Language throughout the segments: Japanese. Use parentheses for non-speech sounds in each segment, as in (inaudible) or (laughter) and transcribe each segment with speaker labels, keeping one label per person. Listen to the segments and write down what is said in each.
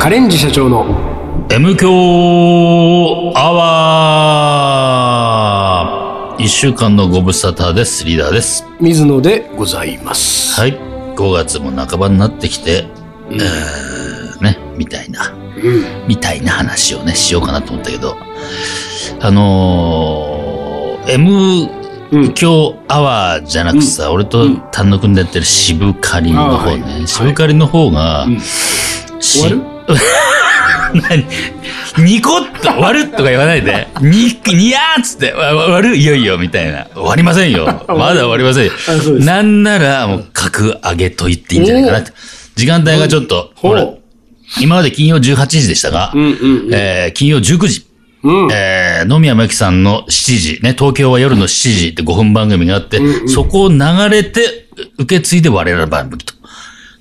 Speaker 1: カレンジ社長の
Speaker 2: M 強アワー一週間のご無沙汰です。リーダーです。
Speaker 1: 水野でございます。
Speaker 2: はい。5月も半ばになってきて、
Speaker 1: うん
Speaker 2: えー、ね、みたいな、
Speaker 1: うん。
Speaker 2: みたいな話をね、しようかなと思ったけど、あのー、M 強アワーじゃなくさ、俺と丹野くんでやってる渋カリの方ね、
Speaker 1: あーはい
Speaker 2: 渋カリの方が、
Speaker 1: うん
Speaker 2: し
Speaker 1: 終わ
Speaker 2: (laughs)
Speaker 1: る
Speaker 2: ニコッと終わるとか言わないで、に、にやーっつって、わわ終わるいよいよみたいな。終わりませんよ。まだ終わりませんよ。
Speaker 1: あ、そうです。
Speaker 2: なんなら、もう、格上げと言っていいんじゃないかなって。時間帯がちょっと、
Speaker 1: ほ
Speaker 2: ほら
Speaker 1: う、。
Speaker 2: 今まで金曜18時でしたが
Speaker 1: う、んうん
Speaker 2: えー金曜19時、
Speaker 1: うん。うん。
Speaker 2: えー野宮真紀さんの7時、ね、東京は夜の7時って5分番組があって
Speaker 1: うんう、ん
Speaker 2: そこを流れて、受け継いで我らの番組と。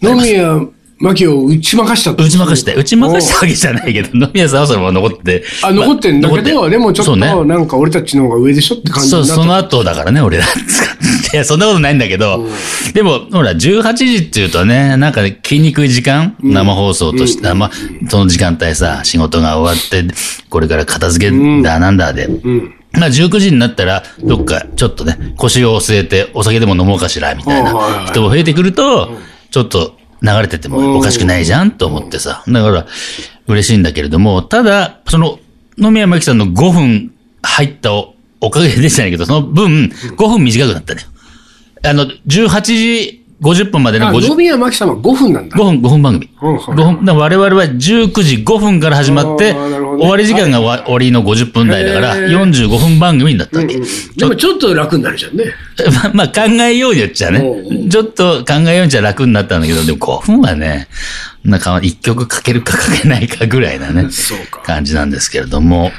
Speaker 1: 野宮真紀を打ち負かしたって
Speaker 2: 打ち負かして、打ち負かしたわけじゃないけど、野宮さんはそのまま残ってて。
Speaker 1: あ、残ってんだけ
Speaker 2: まあ残
Speaker 1: ど、
Speaker 2: って
Speaker 1: でもちょっ
Speaker 2: そ
Speaker 1: と、
Speaker 2: うね
Speaker 1: なんか俺たちの方が上でしょって感じ
Speaker 2: そう、
Speaker 1: になっ
Speaker 2: そ
Speaker 1: た。
Speaker 2: の後だからね、俺ら。いや、そんなことないんだけど、でも、ほら、18時っていうとね、なんか、気にくい時間、生放送として、まあ、その時間帯さ、仕事が終わって、これから片付けだ、なんだで。
Speaker 1: うん。
Speaker 2: まあ、19時になったら、どっか、ちょっとね、腰を据えて、お酒でも飲もうかしら、みたい
Speaker 1: はいはいは
Speaker 2: ない人も増えてくると、ちょっと流れててもおかしくないじゃんと思ってさ。だから、嬉しいんだけれども、ただ、その、野宮真紀さんの5分入ったおおかげでじゃないけど、その分、5分短くなったね。あの、18時50分までの
Speaker 1: あ、
Speaker 2: 50
Speaker 1: 野宮真紀さんは5分なんだ。
Speaker 2: 5分、5分番組。
Speaker 1: うんはい
Speaker 2: 5分。だから我々は19時5分から始まって、
Speaker 1: あーなるほどね
Speaker 2: 終わり時間がわ終わりの50分台だから、
Speaker 1: へー
Speaker 2: 45分番組になったわけ。
Speaker 1: でもちょっと楽になるじゃんね。
Speaker 2: ま (laughs) あ、まあ、考えようによっちゃ
Speaker 1: う
Speaker 2: ね。ちょっと考えようにじゃ楽になったんだけど、でも5分はね、なんか1曲かけるかかけないかぐらいなね、
Speaker 1: そうか
Speaker 2: 感じなんですけれども。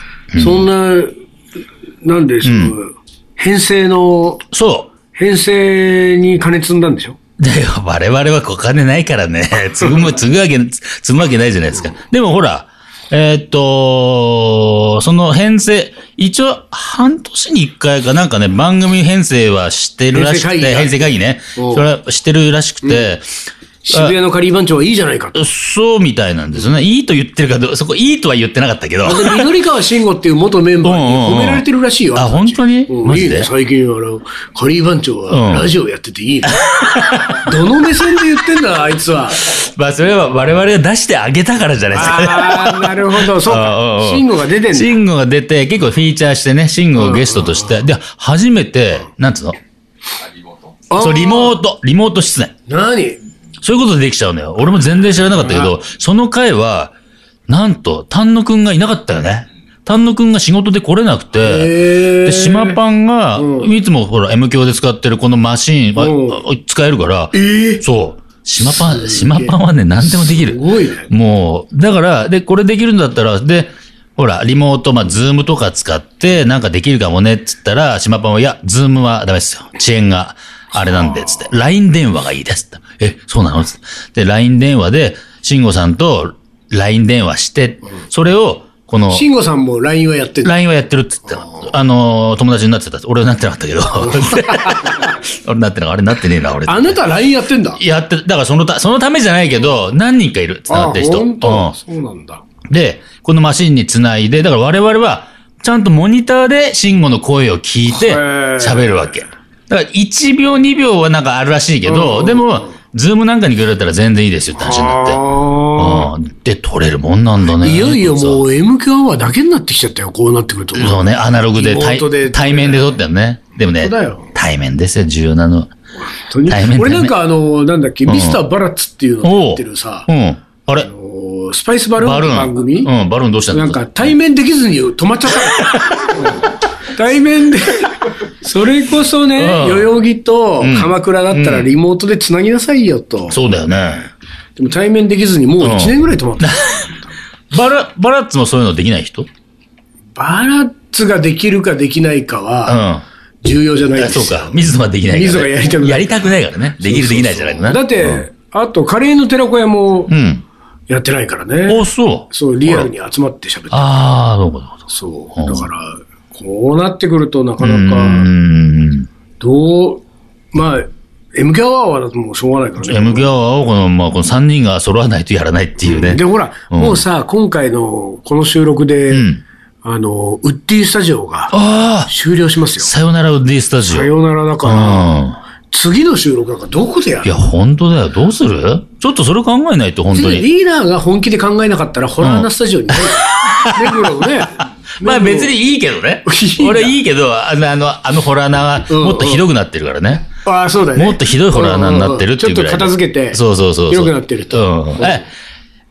Speaker 1: そんな、なんでしょう。編成の、
Speaker 2: そう。
Speaker 1: 編成に金積んだんでしょ
Speaker 2: で、我々はお金ないか
Speaker 1: (laughs)
Speaker 2: らね、積む、積むわけ、積むわけないじゃないですか。でもほら、えーっと、その編成、一応半年に一回かなんかね、番組編成はしてるらしくて、
Speaker 1: 編
Speaker 2: 編
Speaker 1: 成
Speaker 2: 成会議ね。
Speaker 1: おう
Speaker 2: それはしてるらしくて、
Speaker 1: 渋谷の仮番長はいいじゃないかと。
Speaker 2: そうみたいなんですよね。いいと言ってるかどう、そこいいとは言ってなかったけど。
Speaker 1: で緑川慎吾っていう元メンバーに褒められてるらしいよ。
Speaker 2: あ、本当に
Speaker 1: うん
Speaker 2: マ
Speaker 1: い
Speaker 2: ジ
Speaker 1: いね、
Speaker 2: で
Speaker 1: 最近、あの、カリー番長は
Speaker 2: うん
Speaker 1: ラジオやってていいね。 (laughs) どの目線で言ってんだ、あいつ
Speaker 2: (laughs)
Speaker 1: は。
Speaker 2: (laughs) まあ、それは我々が出してあげたからじゃないですかね。
Speaker 1: ああ、なるほど、そう
Speaker 2: あ
Speaker 1: か
Speaker 2: あ。あ
Speaker 1: 慎吾が出てんだ。
Speaker 2: 慎吾が出て、結構フィーチャーしてね、慎吾をゲストとして、で、初めて、なんつうの
Speaker 1: あー
Speaker 2: そう、リモート、リモート出演。
Speaker 1: 何
Speaker 2: そういうことでできちゃうのよ。俺も全然知らなかったけど、その回は、なんと、丹野くんがいなかったよね。丹野くんが仕事で来れなくて、
Speaker 1: え
Speaker 2: で、島パンが、
Speaker 1: うん
Speaker 2: いつもほら、M 響で使ってるこのマシーンは、使えるから、
Speaker 1: えー
Speaker 2: そう。島パン、
Speaker 1: すげえ
Speaker 2: 島パンはね、何でもできる
Speaker 1: す。ごいね。
Speaker 2: もう、だから、で、これできるんだったら、で、ほら、リモート、まあ、ズームとか使って、なんかできるかもね、っつったら、島パンは、いや、ズームはダメですよ。遅延が、あれなんで、つって。LINE 電話がいいですって。え、そうなのつって。で、LINE 電話で、慎吾さんと LINE 電話して、それを、この、
Speaker 1: 慎吾さんも LINE はやってる。
Speaker 2: LINE はやってるって言ってた。あのー、友達になってた。俺はなってなかったけど。
Speaker 1: (laughs)
Speaker 2: (laughs) 俺なってなかった。あれなってねえな、俺。
Speaker 1: あなた LINE やってんだ。
Speaker 2: やって、だからそのた、そのためじゃないけど、何人かいる。繋がってる人。
Speaker 1: 本
Speaker 2: うん
Speaker 1: 当。そうなんだ。
Speaker 2: で、このマシンにつないで、だから我々は、ちゃんとモニターで慎吾の声を聞いて
Speaker 1: へー
Speaker 2: 喋るわけ。だから1秒2秒はなんかあるらしいけ
Speaker 1: うんうんう
Speaker 2: ど、
Speaker 1: ん
Speaker 2: でも、ズームなんかに比べたら全然いいですよって話になって。
Speaker 1: あ
Speaker 2: うんで、取れるもんなんだ
Speaker 1: あ。
Speaker 2: ね。
Speaker 1: いよいよもう M 響はだけになってきちゃったよ、こうなってくると。
Speaker 2: そうね、アナログで
Speaker 1: リモー
Speaker 2: 対
Speaker 1: トで
Speaker 2: 対面で撮ったよね。でもね
Speaker 1: 本当だよ、
Speaker 2: 対面ですよ、重要なの。
Speaker 1: 本当に
Speaker 2: 大変だね
Speaker 1: 俺なんかあの、なんだっけ、ミスターバラッツっていうのをや
Speaker 2: お
Speaker 1: っ
Speaker 2: う
Speaker 1: てるさ、
Speaker 2: うん。あれ
Speaker 1: おースパイスバルーン
Speaker 2: バル
Speaker 1: の
Speaker 2: ーン。
Speaker 1: 番組、
Speaker 2: うん、バルーンどうしたの
Speaker 1: なんか対面できずに止まっちゃ
Speaker 2: (laughs)
Speaker 1: った、うん対面で、それこそね、
Speaker 2: うん
Speaker 1: 代々木と鎌倉だったらリモートでつなぎなさいよと。
Speaker 2: そうだよね。
Speaker 1: でも対面できずにもう1年ぐらい止まった。
Speaker 2: バラ、バラッツもそういうのできない人うん。
Speaker 1: バラッツができるかできないかは重要じゃない
Speaker 2: いや
Speaker 1: です
Speaker 2: そ
Speaker 1: よ
Speaker 2: うか。水野はできないから。
Speaker 1: 水野がやりたくない
Speaker 2: やりたくないからね。できるできないじゃなくな。
Speaker 1: だって、あとカレーの寺子屋も
Speaker 2: うん。
Speaker 1: やってないから
Speaker 2: うん。
Speaker 1: ね。
Speaker 2: お、そう。
Speaker 1: そう、リアルに集まって喋って。
Speaker 2: ああ、そうかそうか。
Speaker 1: そうう。
Speaker 2: ん
Speaker 1: だから、こうなってくるとなか
Speaker 2: うー
Speaker 1: なか、
Speaker 2: ん。
Speaker 1: どう、まあ、 M 響アワーだともうしょうがないからね。
Speaker 2: M ギアワーをこの、まあ、この3人が揃わないとやらないっていうね。
Speaker 1: で、ほら、
Speaker 2: うん
Speaker 1: もうさ、今回のこの収録で、
Speaker 2: ん
Speaker 1: あの、ウッディスタジオが
Speaker 2: ああ
Speaker 1: 終了しますよ。
Speaker 2: さよならウッディスタジオ。
Speaker 1: さ
Speaker 2: うん。
Speaker 1: よならだから、次の収録なんかどこでや
Speaker 2: い
Speaker 1: る
Speaker 2: や、本当だよ。どうするちょっとそれ考えないと、本当
Speaker 1: 次
Speaker 2: に。
Speaker 1: リーダーが本気で考えなかったら、ホラーなスタジオに
Speaker 2: (laughs)
Speaker 1: ね、目黒のね。
Speaker 2: まあ
Speaker 1: 目黒。
Speaker 2: 別に。いいけどね
Speaker 1: いいな
Speaker 2: 俺いいけど、あの、あの、あのホラー穴は
Speaker 1: うん
Speaker 2: もっとひどくなってるからね。
Speaker 1: ああ、そうだよね。
Speaker 2: もっとひどいホラー穴になってるっていうぐらい。
Speaker 1: うんうんうんちょっと片付けて、
Speaker 2: そうそうそうそう。
Speaker 1: 広くなってると。
Speaker 2: うん。え、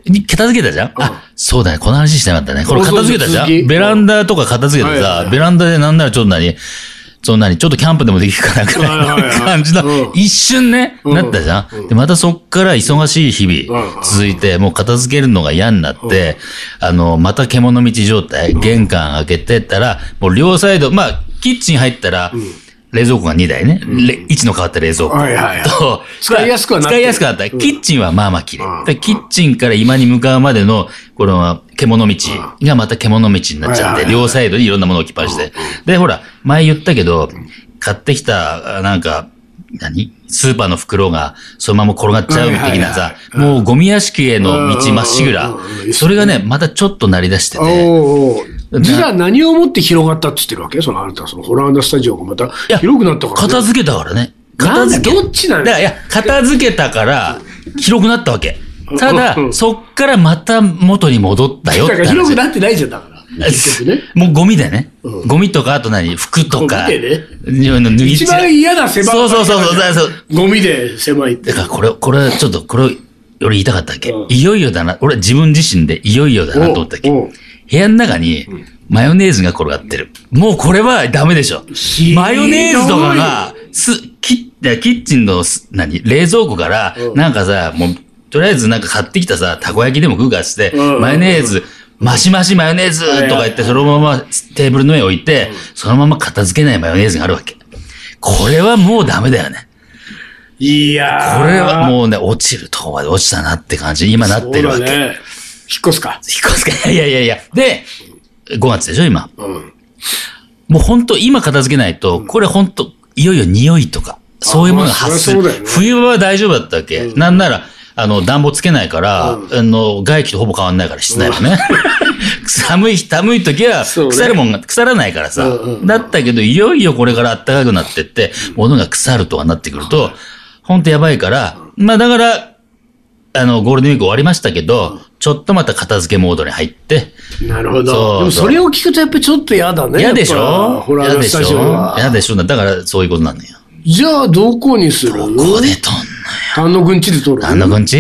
Speaker 2: に片付けたじゃんあ、そうだね。この話してなかったね。これ片付けたじゃ
Speaker 1: そうそう続
Speaker 2: ん
Speaker 1: き
Speaker 2: ベランダとか片付けて
Speaker 1: はいはい
Speaker 2: さ
Speaker 1: は、い
Speaker 2: ベランダでなんならちょっと何そんなに、ちょっとキャンプでもできるかなぐ
Speaker 1: はい
Speaker 2: ら
Speaker 1: はい
Speaker 2: い
Speaker 1: は
Speaker 2: の
Speaker 1: い
Speaker 2: 感じの
Speaker 1: う、ん
Speaker 2: 一瞬ね、
Speaker 1: うん
Speaker 2: なったじゃんで、またそっから忙しい日
Speaker 1: う
Speaker 2: 々
Speaker 1: ん
Speaker 2: 続いて、もう片付けるのが嫌になって、あの、また獣道状態、玄関開けてったら、もう両サイド、まあ、キッチン入ったら、冷蔵庫が2台ね。1の変わった冷蔵庫。
Speaker 1: はいはいはい
Speaker 2: と、
Speaker 1: 使いやすくはなってる
Speaker 2: 使いやすくなった。キッチンはまあまあ綺
Speaker 1: う
Speaker 2: 麗
Speaker 1: ん。
Speaker 2: でキッチンから今に向かうまでの、この獣道がまた獣道になっちゃ
Speaker 1: はい
Speaker 2: っ
Speaker 1: はい
Speaker 2: て、
Speaker 1: はい
Speaker 2: 両サイドにいろんなものを置きっぱなしで。で、ほら、前言ったけど、買ってきた、あなんか、何スーパーの袋が、そのまま転がっちゃう的な
Speaker 1: はい
Speaker 2: さ、もうゴミ屋敷への道まっしぐら
Speaker 1: うんうんうんうん。
Speaker 2: それがね、またちょっと鳴り出して
Speaker 1: お
Speaker 2: て。
Speaker 1: うおうじゃあ何をもって広がったって言ってるわけそのあなた、そのホラーなスタジオがまた
Speaker 2: いや
Speaker 1: 広くなったから、ね。
Speaker 2: 片付けたからね。
Speaker 1: な
Speaker 2: 片
Speaker 1: んだよ
Speaker 2: 付け。
Speaker 1: どっちなの
Speaker 2: だから、いや、片付けたから、広くなったわけ。ただ
Speaker 1: う、ん
Speaker 2: そっからまた元に戻ったよっ
Speaker 1: だ
Speaker 2: て
Speaker 1: から
Speaker 2: 話。
Speaker 1: 広くなってないじゃん、だから。結局ね。
Speaker 2: (laughs) もうゴミだよね。
Speaker 1: うん
Speaker 2: ゴミとか、あと何服とか。
Speaker 1: ゴミでね
Speaker 2: 脱ぎ
Speaker 1: 一番嫌な狭い。
Speaker 2: そうそうそうそうそうそう。
Speaker 1: ゴミで狭いって
Speaker 2: だ。からこれ、これ、ちょっと、これ、俺言いたかったっけ、
Speaker 1: うん
Speaker 2: いよいよだな。俺自分自身でいよいよだなと思ったっけ
Speaker 1: おうおう
Speaker 2: 部屋の中に、マヨネーズが転がってる。もうこれはダメでしょ
Speaker 1: ひ。どい
Speaker 2: マヨネーズとかが、す、キッ、キッチンのす、何冷蔵庫から
Speaker 1: う、ん
Speaker 2: なんかさ、もう、とりあえずなんか買ってきたさ、たこ焼きでも食うかっつって、
Speaker 1: うん
Speaker 2: マヨネーズ、マシマシマヨネーズとか言って、そのままテーブルの上に置いて、そのまま片付けないマヨネーズがあるわけ。これはもうダメだよね。
Speaker 1: いやー。
Speaker 2: これはもうね、落ちるとこまで落ちたなって感じに今なってるわけ。
Speaker 1: そうだね。引っ越すか。
Speaker 2: 引っ越すか。いやいやいや。で、5月でしょ、今。
Speaker 1: うん。
Speaker 2: もう本当今片付けないと、これ本当いよいよ匂いとか、そういうものが発する。
Speaker 1: まあそりゃそうだよね
Speaker 2: 冬場は大丈夫だったわけ。なんなら、あの、暖房つけないから、あの、外気とほぼ変わんないから、室内はね。 (laughs) 寒い、寒い時は、
Speaker 1: そうね
Speaker 2: 腐るもんが、腐らないからさ。
Speaker 1: うんうんうん
Speaker 2: だったけど、いよいよこれから暖かくなってって、物が腐るとかなってくると、ほんとやばいから、まあだから、あの、ゴールデンウィーク終わりましたけど、ちょっとまた片付けモードに入って、
Speaker 1: なるほ
Speaker 2: そう
Speaker 1: ど。でもそれを聞くとやっぱりちょっと嫌だね。
Speaker 2: 嫌でし
Speaker 1: やっぱ
Speaker 2: ょ
Speaker 1: ホラ
Speaker 2: 嫌
Speaker 1: ーの
Speaker 2: で
Speaker 1: ス
Speaker 2: し
Speaker 1: タジオ
Speaker 2: ょ
Speaker 1: は。
Speaker 2: 嫌でしょだから、そういうことなんだよ。
Speaker 1: じゃあどこにする
Speaker 2: ここで撮ん
Speaker 1: 丹野くんちで撮る
Speaker 2: の。あのくんち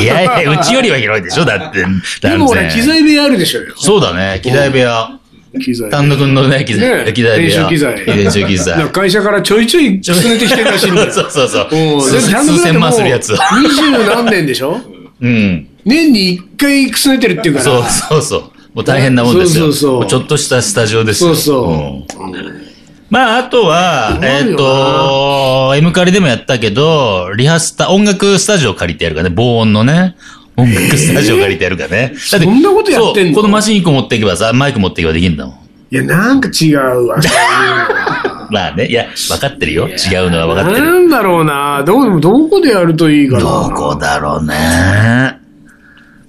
Speaker 2: いやいや、うちよりは広いでしょだって。
Speaker 1: でもほら、機材部屋あるでしょうよ。
Speaker 2: そうだね、機材部屋。
Speaker 1: 機材。
Speaker 2: 丹野くんのね、機材、
Speaker 1: ね
Speaker 2: 機材部屋。
Speaker 1: 練習機材
Speaker 2: 練習機
Speaker 1: なん
Speaker 2: 材。
Speaker 1: か会社からちょいちょい進めてきてるらしいんだよ。
Speaker 2: (laughs) そうそうそう。
Speaker 1: うん
Speaker 2: 数数千万するやつを。
Speaker 1: 二十何年でし
Speaker 2: (laughs)
Speaker 1: ょ
Speaker 2: うん。
Speaker 1: 年に一回くすねてるっていうから。
Speaker 2: そうそうそう。もう大変なもんですよ。
Speaker 1: そうそうそう
Speaker 2: もちょっとしたスタジオですよ。
Speaker 1: そうそう
Speaker 2: うんまあ、あとは、
Speaker 1: まいよ
Speaker 2: え
Speaker 1: な
Speaker 2: っ、と、M カリでもやったけど、リハスタ、音楽スタジオ借りてやるからね、防音のね。音楽スタジオ借りてやるからね。だ
Speaker 1: (laughs)
Speaker 2: って
Speaker 1: そんなことやってんの
Speaker 2: そうこのマシン1個持っていけばさ、マイク持っていけばできるんだもん。
Speaker 1: いや、なんか違うわ。
Speaker 2: まあね、いや、分かってるよ。違うのは分かっ
Speaker 1: な
Speaker 2: てる。
Speaker 1: んだろうな。どこ、どこでやるといいかな。
Speaker 2: どこだろうね。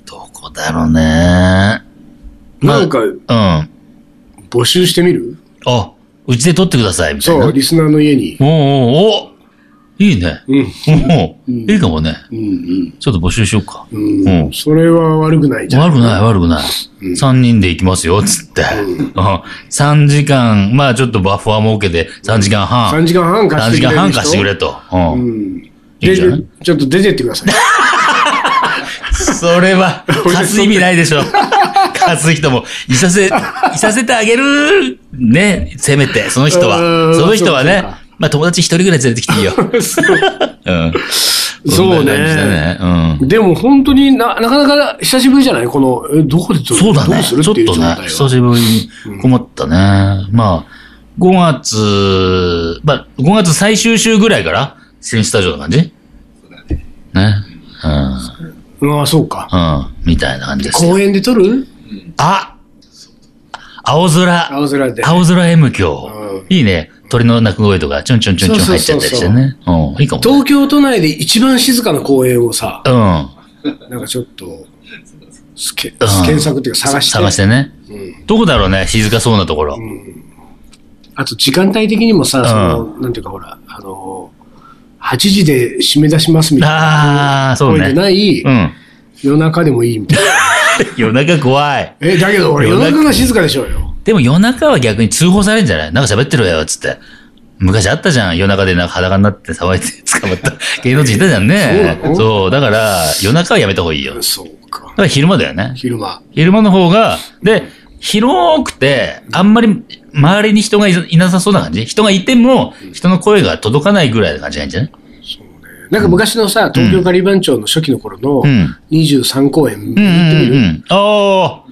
Speaker 2: どこだろうね。
Speaker 1: なんか、
Speaker 2: まあ、うん。
Speaker 1: 募集してみる
Speaker 2: あ、うちで撮ってください、みたいな。
Speaker 1: そう、リスナーの家に。
Speaker 2: おうおうおういいね。
Speaker 1: うん。
Speaker 2: おういいかもね。
Speaker 1: うん
Speaker 2: ちょっと募集しようか。
Speaker 1: うん。
Speaker 2: う
Speaker 1: うんん。それは悪くないじゃん。
Speaker 2: 悪くない、悪くない。三人で行きますよ、つって。3時間、まあちょっとバッファー設けて、3時間半。
Speaker 1: 3時間半貸
Speaker 2: 3
Speaker 1: して
Speaker 2: 時
Speaker 1: くれる
Speaker 2: 間
Speaker 1: 人。
Speaker 2: 半貸してくれと。う
Speaker 1: うんん。
Speaker 2: いい
Speaker 1: で、
Speaker 2: んじゃない
Speaker 1: ちょっと出てってください。
Speaker 2: (laughs) それ
Speaker 1: (laughs)
Speaker 2: は、貸す意味ないでしょ。貸す人も、いさせ、いさせてあげる。ね、せめて、その人
Speaker 1: う
Speaker 2: は。
Speaker 1: ん
Speaker 2: その人は
Speaker 1: そうか
Speaker 2: ね
Speaker 1: そうか、
Speaker 2: まあ友達一人ぐらい連れてきていい
Speaker 1: (laughs)
Speaker 2: よ。うん。
Speaker 1: そうね
Speaker 2: んな感じだね。うん。
Speaker 1: でも本当にな、なかなか久しぶりじゃないこの、えどこで撮る
Speaker 2: そうだ
Speaker 1: ど
Speaker 2: ね。
Speaker 1: うす
Speaker 2: ち
Speaker 1: る
Speaker 2: ょ
Speaker 1: っ
Speaker 2: って
Speaker 1: いう状態
Speaker 2: とね
Speaker 1: は。、
Speaker 2: 久しぶりに困ったね。まあ、5月、まあ、5月最終週ぐらいから、選手スタジオの感じね。うん。
Speaker 1: ああ、そうか。
Speaker 2: うん。みたいな感じですよ。
Speaker 1: 公園で撮る
Speaker 2: あ青空。
Speaker 1: 青空で。
Speaker 2: 青空 M 今
Speaker 1: う
Speaker 2: 日。いいね。鳥の鳴く声とか、ちょんちょんちょんちょん入っちゃったりしてね。うん、いいかもね。
Speaker 1: 東京都内で一番静かな公園をさ、
Speaker 2: うん。
Speaker 1: なんかちょっと、すけ検索っていうか探して。
Speaker 2: 探してね。どこだろうね、静かそうなところ。
Speaker 1: あと時間帯的にもさ、
Speaker 2: ん
Speaker 1: その、なんていうかほら、あの、8時で締め出しますみたいな。
Speaker 2: ああ、そう
Speaker 1: 声
Speaker 2: ね
Speaker 1: で。ない、
Speaker 2: うん。
Speaker 1: 夜中でもいいみたいな。
Speaker 2: 夜中怖い。
Speaker 1: え、だけど俺
Speaker 2: 夜
Speaker 1: 夜
Speaker 2: 中
Speaker 1: 中が静かでしょうよ。
Speaker 2: でも夜中は逆に通報されるんじゃないなんか喋ってろよ、つって。昔あったじゃん。夜中でなんか裸になって騒いで (laughs) 捕まった芸能人いたじゃんね
Speaker 1: そうな。の
Speaker 2: そう。だから、夜中はやめた方がいいよ。だか
Speaker 1: そうか。
Speaker 2: ら昼間だよね。
Speaker 1: 昼間。
Speaker 2: 昼間の方が、で、広くて、あんまり周りに人がいいなさそうな感じ人がいても、人の声が届かないぐらいな感じなんじゃない
Speaker 1: なんか昔のさ、東京ガリバン町の初期の頃の
Speaker 2: うん
Speaker 1: 23公演、行っ
Speaker 2: う
Speaker 1: てみ
Speaker 2: んうんう
Speaker 1: る
Speaker 2: ん。ああ。